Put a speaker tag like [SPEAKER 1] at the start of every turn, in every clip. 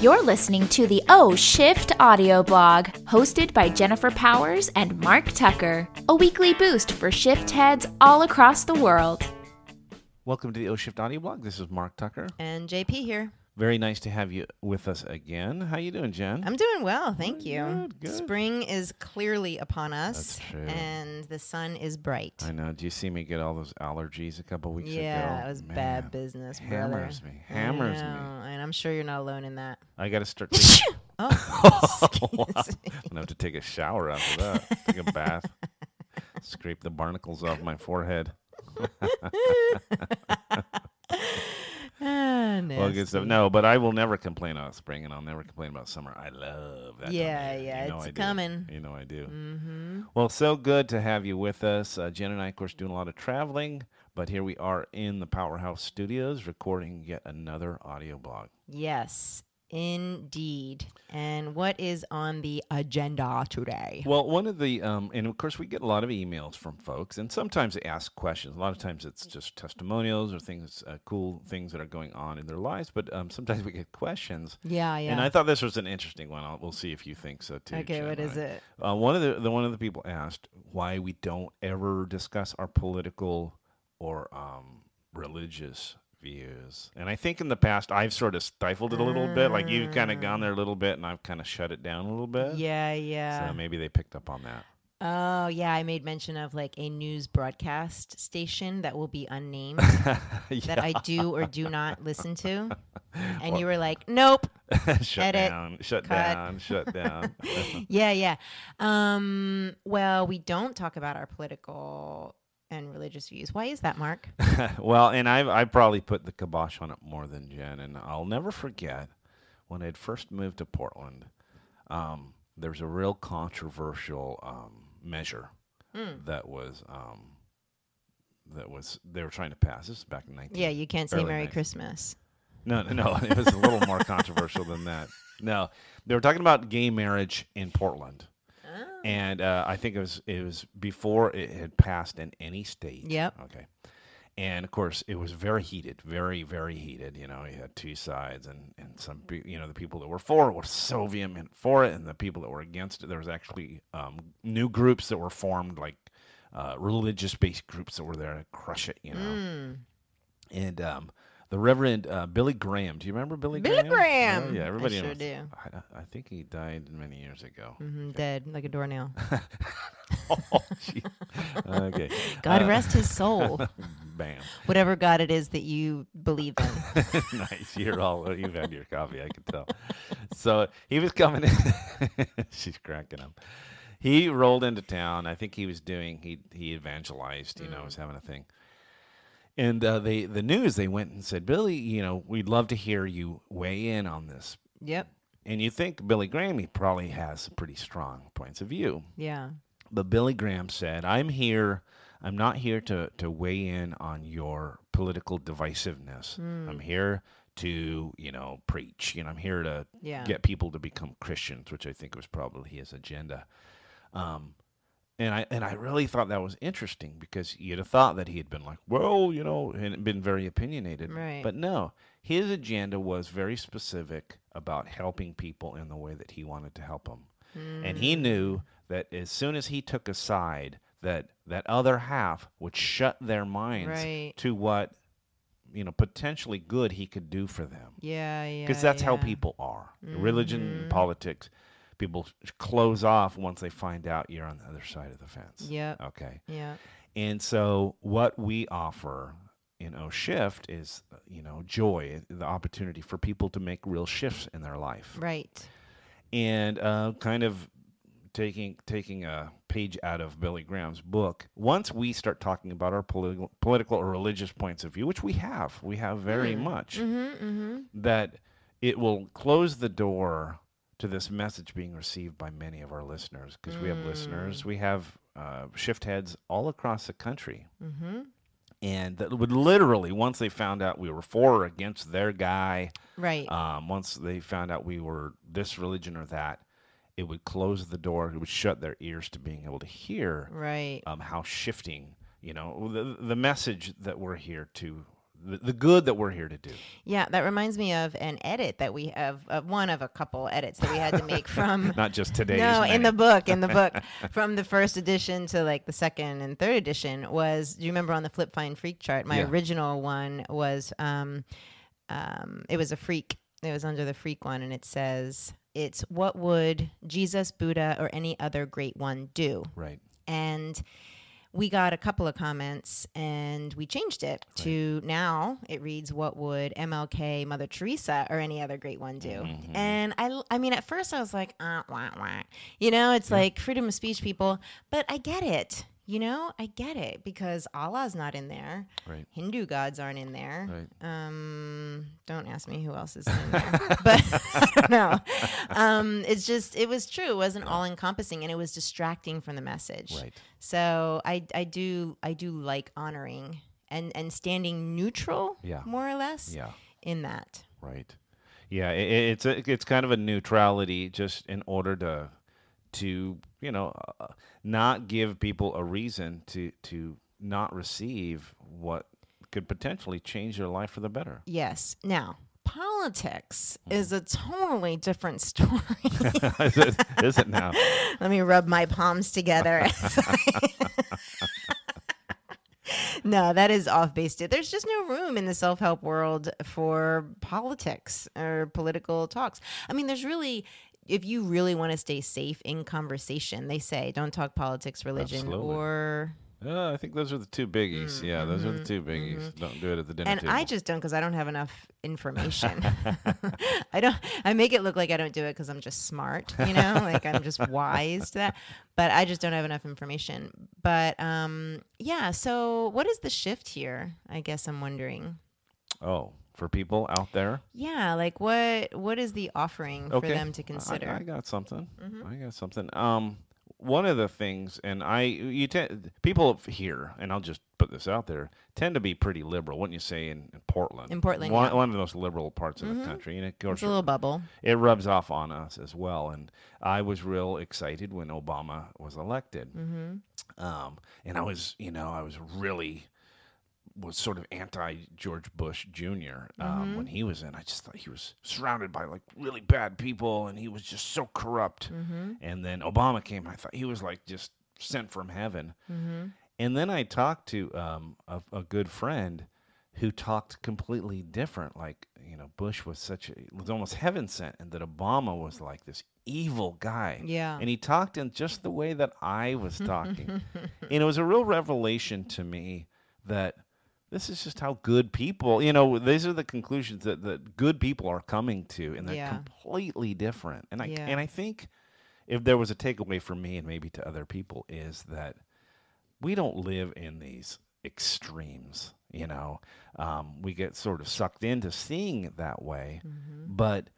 [SPEAKER 1] You're listening to the O Shift audio blog, hosted by Jennifer Powers and Mark Tucker, a weekly boost for shift heads all across the world.
[SPEAKER 2] Welcome to the O Shift Audio Blog. This is Mark Tucker.
[SPEAKER 3] And JP here.
[SPEAKER 2] Very nice to have you with us again. How you doing, Jen?
[SPEAKER 3] I'm doing well, thank you.
[SPEAKER 2] Good, good.
[SPEAKER 3] Spring is clearly upon us,
[SPEAKER 2] That's true.
[SPEAKER 3] and the sun is bright.
[SPEAKER 2] I know. Do you see me get all those allergies a couple weeks ago?
[SPEAKER 3] yeah, it was
[SPEAKER 2] Man,
[SPEAKER 3] bad business, brother.
[SPEAKER 2] hammers me,
[SPEAKER 3] I
[SPEAKER 2] hammers me.
[SPEAKER 3] know, And I'm sure you're not alone in that.
[SPEAKER 2] I got to start. Taking-
[SPEAKER 3] Oh,
[SPEAKER 2] oh, wow. I'm
[SPEAKER 3] excuse me.
[SPEAKER 2] gonna have to take a shower after that. take a bath. Scrape the barnacles off my forehead.
[SPEAKER 3] Ah,
[SPEAKER 2] Well, good stuff.
[SPEAKER 3] nasty.
[SPEAKER 2] No, but I will never complain about spring, and I'll never complain about summer. I love that. time of
[SPEAKER 3] Yeah,
[SPEAKER 2] year.
[SPEAKER 3] yeah,
[SPEAKER 2] You know
[SPEAKER 3] it's
[SPEAKER 2] I do.
[SPEAKER 3] coming. Mm-hmm.
[SPEAKER 2] You know I do. Well, so good to have you with us, uh, Jen and I. Of course, doing a lot of traveling, but here we are in the Powerhouse Studios, recording yet another audio blog.
[SPEAKER 3] Yes, indeed. And what is on the agenda today?
[SPEAKER 2] Well, one of the, um, and of course, we get a lot of emails from folks, and sometimes they ask questions. A lot of times it's just testimonials or things, uh, cool things that are going on in their lives, but um, sometimes we get questions.
[SPEAKER 3] Yeah, yeah.
[SPEAKER 2] And I thought this was an interesting one. I'll, we'll see if you think so too.
[SPEAKER 3] okay,
[SPEAKER 2] Jen,
[SPEAKER 3] what
[SPEAKER 2] all
[SPEAKER 3] is
[SPEAKER 2] right?
[SPEAKER 3] it?
[SPEAKER 2] Uh, one of the, the one of the people asked why we don't ever discuss our political or um, religious views, and I think in the past I've sort of stifled it a little bit. Like you've kind of gone there a little bit, and I've kind of shut it down a little bit.
[SPEAKER 3] Yeah, yeah.
[SPEAKER 2] So maybe they picked up on that.
[SPEAKER 3] Oh yeah, I made mention of like a news broadcast station that will be unnamed that I do or do not listen to. And you were like, "Nope."
[SPEAKER 2] shut
[SPEAKER 3] edit,
[SPEAKER 2] down. Shut
[SPEAKER 3] cut.
[SPEAKER 2] down. Shut down.
[SPEAKER 3] Yeah, yeah. Um, well, we don't talk about our political and religious views. Why is that, Mark?
[SPEAKER 2] well, and I've I probably put the kibosh on it more than Jen, and I'll never forget when I'd first moved to Portland. Um, there was a real controversial um, measure
[SPEAKER 3] Hmm.
[SPEAKER 2] that was um, that was they were trying to pass. This is back in nineteen.
[SPEAKER 3] Yeah, you can't say
[SPEAKER 2] Early
[SPEAKER 3] Merry
[SPEAKER 2] 90s.
[SPEAKER 3] Christmas.
[SPEAKER 2] No, no, no. It was a little more controversial than that. No, they were talking about gay marriage in Portland, and uh, I think it was it was before it had passed in any state.
[SPEAKER 3] Yep.
[SPEAKER 2] Okay. And of course, it was very heated, very, very heated. You know, you had two sides, and and some, pe- you know, the people that were for it were so vehement for it, and the people that were against it. There was actually um, new groups that were formed, like uh, religious-based groups that were there to crush it. You know
[SPEAKER 3] Mm.
[SPEAKER 2] and um, the Reverend uh, Billy Graham. Do you remember Billy
[SPEAKER 3] Billy
[SPEAKER 2] Graham?
[SPEAKER 3] Graham!
[SPEAKER 2] Oh, yeah,
[SPEAKER 3] I
[SPEAKER 2] everybody
[SPEAKER 3] sure
[SPEAKER 2] knows.
[SPEAKER 3] do.
[SPEAKER 2] I, I- I think he died many years ago.
[SPEAKER 3] hmm Dead like a doornail.
[SPEAKER 2] oh, gee. okay.
[SPEAKER 3] God
[SPEAKER 2] Uh,
[SPEAKER 3] rest his soul.
[SPEAKER 2] Bam.
[SPEAKER 3] Whatever God it is that you believe in.
[SPEAKER 2] nice. You're all you've had your coffee, I can tell. So he was coming in she's cracking up. He rolled into town. I think he was doing he he evangelized, you know, was having a thing. And uh, they the news they went and said, Billy, you know, we'd love to hear you weigh in on this.
[SPEAKER 3] Yep.
[SPEAKER 2] And you think Billy Graham he probably has some pretty strong points of view.
[SPEAKER 3] Yeah.
[SPEAKER 2] But Billy Graham said, I'm here. I'm not here to, to weigh in on your political divisiveness.
[SPEAKER 3] Hmm.
[SPEAKER 2] I'm here to, you know, preach. You know, I'm here to
[SPEAKER 3] Yeah.
[SPEAKER 2] get people to become Christians, which I think was probably his agenda. Um, and I and I really thought that was interesting because you'd have thought that he had been like, well, you know, and been very opinionated.
[SPEAKER 3] Right.
[SPEAKER 2] But no, his agenda was very specific about helping people in the way that he wanted to help them, and
[SPEAKER 3] Mm.
[SPEAKER 2] he knew that as soon as he took a side, that that other half would shut their minds
[SPEAKER 3] Right.
[SPEAKER 2] to what you know potentially good he could do for them
[SPEAKER 3] Yeah, yeah.
[SPEAKER 2] because that's how
[SPEAKER 3] yeah. Mm-hmm.
[SPEAKER 2] people are. Religion, and politics, people sh- close off once they find out you're on the other side of the fence.
[SPEAKER 3] Yep.
[SPEAKER 2] Okay.
[SPEAKER 3] Yeah.
[SPEAKER 2] And so, what we offer in O Shift is, uh, you know, joy, the opportunity for people to make real shifts in their life,
[SPEAKER 3] Right.
[SPEAKER 2] and uh, kind of taking taking a page out of Billy Graham's book. Once we start talking about our political political or religious points of view, which we have, we have very much
[SPEAKER 3] Mm-hmm, mm-hmm.
[SPEAKER 2] that it will close the door to this message being received by many of our listeners because we have
[SPEAKER 3] Mm.
[SPEAKER 2] listeners, we have uh, shift heads all across the country.
[SPEAKER 3] Mm-hmm.
[SPEAKER 2] And that would literally, once they found out we were for or against their guy,
[SPEAKER 3] Right.
[SPEAKER 2] um, once they found out we were this religion or that, it would close the door, it would shut their ears to being able to hear
[SPEAKER 3] right.
[SPEAKER 2] um, how shifting, you know, the, the message that we're here to the, the good that we're here to do.
[SPEAKER 3] Yeah, that reminds me of an edit that we have, uh, one of a couple edits that we had to make from.
[SPEAKER 2] Not just today's.
[SPEAKER 3] no, in the
[SPEAKER 2] many.
[SPEAKER 3] book, in the book, from the first edition to like the second and third edition was. Do you remember on the Flip Find Freak chart? My
[SPEAKER 2] Yeah.
[SPEAKER 3] original one was, um, um, it was a freak. It was under the freak one, and it says. It's what would Jesus, Buddha, or any other great one do?
[SPEAKER 2] right.
[SPEAKER 3] and we got a couple of comments and we changed it to now it reads what would mlk mother teresa or any other great one do and i l- i mean at first i was like uh, wah, wah. you know it's like freedom of speech people but i get it you know i get it because allah's not in there
[SPEAKER 2] Right.
[SPEAKER 3] hindu gods aren't in there
[SPEAKER 2] Right.
[SPEAKER 3] um, don't ask me who else is in there, but I don't know. Um, it's just it was true. It wasn't all encompassing, and it was distracting from the message.
[SPEAKER 2] Right.
[SPEAKER 3] So I I do I do like honoring and and standing neutral,
[SPEAKER 2] Yeah.
[SPEAKER 3] more or less,
[SPEAKER 2] Yeah.
[SPEAKER 3] in that.
[SPEAKER 2] Right. Yeah, i- i it's a, it's kind of a neutrality just in order to to, you know, uh, not give people a reason to to not receive what could potentially change their life for the better.
[SPEAKER 3] Yes. Now politics
[SPEAKER 2] Mm-hmm.
[SPEAKER 3] is a totally different story.
[SPEAKER 2] is, it, is it now?
[SPEAKER 3] Let me rub my palms together. no, that is off base. There's just no room in the self help world for politics or political talks. I mean, there's really. If you really want to stay safe in conversation, they say don't talk politics, religion,
[SPEAKER 2] Absolutely.
[SPEAKER 3] or.
[SPEAKER 2] Uh, I think those are the two biggies. yeah, those are the two biggies. Don't do it at the dinner
[SPEAKER 3] Mm-hmm, And
[SPEAKER 2] table.
[SPEAKER 3] I just don't because I don't have enough information. I don't. I make it look like I don't do it because I'm just smart, you know, like I'm just wise to that. But I just don't have enough information. But um, yeah. So what is the shift here? I guess I'm wondering.
[SPEAKER 2] oh, for people out there,
[SPEAKER 3] Yeah, like what what is the offering for
[SPEAKER 2] Mm-hmm. okay.
[SPEAKER 3] them to
[SPEAKER 2] I-
[SPEAKER 3] consider? Mm-hmm.
[SPEAKER 2] I, got something. I got something. Um, one of the things, and I, you tend people up here, and I'll just put this out there, tend to be pretty liberal, wouldn't you say? In, in Portland,
[SPEAKER 3] In Portland,
[SPEAKER 2] one,
[SPEAKER 3] yeah. Mm-hmm.
[SPEAKER 2] one of the most liberal parts of the country, and of course,
[SPEAKER 3] it's a little bubble.
[SPEAKER 2] it rubs off on us as well. And I was real excited when Obama was elected, um, and I was, you know, I was really was sort of anti George Bush junior Um, when he was in. I just thought he was surrounded by like really bad people, and he was just so corrupt. Mm-hmm. And then Obama came. I thought he was like just sent from heaven.
[SPEAKER 3] Mm-hmm.
[SPEAKER 2] And then I talked to um, a, a good friend who talked completely different. Like, you know, Bush was such a, was almost heaven sent, and that Obama was like this evil guy.
[SPEAKER 3] Yeah.
[SPEAKER 2] And he talked in just the way that I was talking. and it was a real revelation to me that this is just how good people, you know, these are the conclusions that, that good people are coming to, and they're
[SPEAKER 3] Yeah.
[SPEAKER 2] completely different. And I,
[SPEAKER 3] Yeah.
[SPEAKER 2] and I think if there was a takeaway for me and maybe to other people is that we don't live in these extremes you know um, we get sort of sucked into seeing it that way
[SPEAKER 3] Mm-hmm.
[SPEAKER 2] but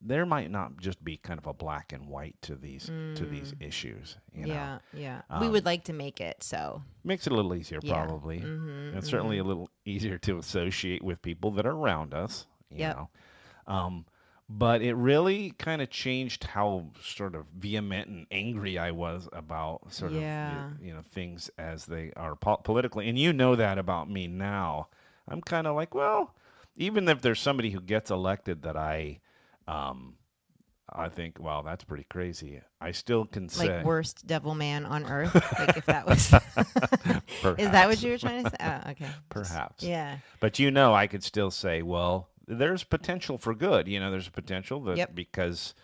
[SPEAKER 2] there might not just be kind of a black and white to these to these issues you know
[SPEAKER 3] Mm.
[SPEAKER 2] Um,
[SPEAKER 3] yeah, yeah. we would like to make it so. Mm-hmm.
[SPEAKER 2] makes it a little easier
[SPEAKER 3] Yeah.
[SPEAKER 2] probably and certainly a little easier to associate with people that are around us you
[SPEAKER 3] Yep.
[SPEAKER 2] know um, but it really kind of changed how sort of vehement and angry i was about sort
[SPEAKER 3] Yeah.
[SPEAKER 2] of the- you know things as they are po- politically and you know that about me now i'm kind of like well even if there's somebody who gets elected that i um, i think wow that's pretty crazy i still can say
[SPEAKER 3] Like worst devil man on earth. like if that was Is that what
[SPEAKER 2] perhaps,
[SPEAKER 3] you were trying to say? Oh, okay. Just-
[SPEAKER 2] perhaps
[SPEAKER 3] Yeah.
[SPEAKER 2] But you know, I could still say, well, there's potential for good. You know, there's potential that
[SPEAKER 3] Yep.
[SPEAKER 2] because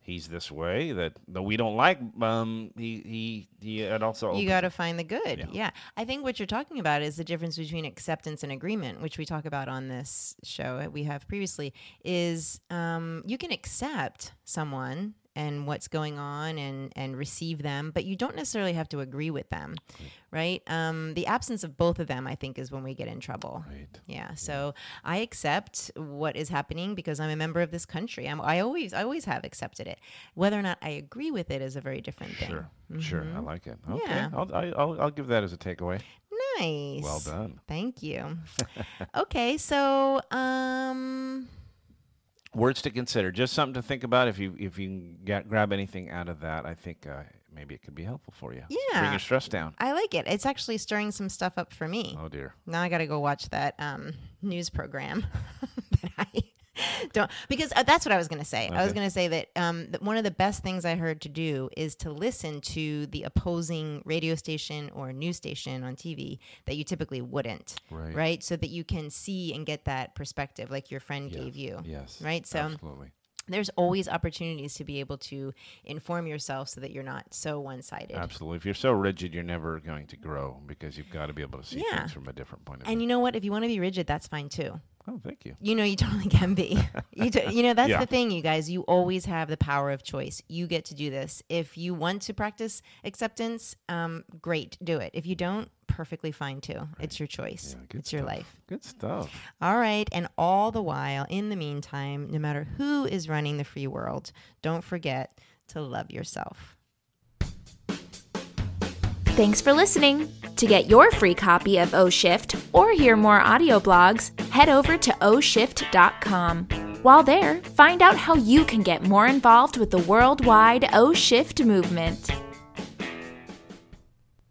[SPEAKER 2] he's this way that, that we don't like. Um, he he he. And also,
[SPEAKER 3] You got to find the good.
[SPEAKER 2] Yeah.
[SPEAKER 3] Yeah. I think what you're talking about is the difference between acceptance and agreement, which we talk about on this show that we have previously, is um, you can accept someone and what's going on and, and receive them, but you don't necessarily have to agree with them, right? Um, the absence of both of them, I think, is when we get in trouble.
[SPEAKER 2] Right.
[SPEAKER 3] Yeah. So I accept what is happening because I'm a member of this country. I'm, I always, I always have accepted it. Whether or not I agree with it is a very different thing.
[SPEAKER 2] Sure, sure, I like it. Okay,
[SPEAKER 3] Mm-hmm. Yeah.
[SPEAKER 2] I'll, I, I'll I'll give that as a takeaway.
[SPEAKER 3] Nice.
[SPEAKER 2] Well done.
[SPEAKER 3] Thank you. okay, so um
[SPEAKER 2] Words to consider, just something to think about. If you if you can get, grab anything out of that, I think uh, maybe it could be helpful for you. Bring
[SPEAKER 3] Yeah.
[SPEAKER 2] your stress down.
[SPEAKER 3] I like it. It's actually stirring some stuff up for me.
[SPEAKER 2] Oh dear.
[SPEAKER 3] Now I got to go watch that um, news program that I don't because uh, that's what I was going to say. I was
[SPEAKER 2] Okay.
[SPEAKER 3] going to say that, um, that one of the best things I heard to do is to listen to the opposing radio station or news station on TV that you typically wouldn't,
[SPEAKER 2] Right.
[SPEAKER 3] right? So that you can see and get that perspective, like your friend gave you.
[SPEAKER 2] Yes.
[SPEAKER 3] Right, so-
[SPEAKER 2] absolutely.
[SPEAKER 3] There's always opportunities to be able to inform yourself so that you're not so one-sided.
[SPEAKER 2] Absolutely. If you're so rigid, you're never going to grow because you've got to be able to see
[SPEAKER 3] Yeah.
[SPEAKER 2] things from a different point of view.
[SPEAKER 3] And you know what? If you want to be rigid, that's fine too.
[SPEAKER 2] oh, thank you.
[SPEAKER 3] You know, you totally can be. You, do, you know, that's
[SPEAKER 2] Yeah.
[SPEAKER 3] the thing, you guys. You always have the power of choice. You get to do this. If you want to practice acceptance, um, great, do it. If you don't, perfectly fine too. It's your choice.
[SPEAKER 2] Yeah, good
[SPEAKER 3] it's your
[SPEAKER 2] stuff.
[SPEAKER 3] life.
[SPEAKER 2] Good stuff.
[SPEAKER 3] All right. And all the while, in the meantime, no matter who is running the free world, don't forget to love yourself.
[SPEAKER 1] Thanks for listening. To get your free copy of O Shift or hear more audio blogs, head over to oshift.com. While there, find out how you can get more involved with the worldwide O Shift movement.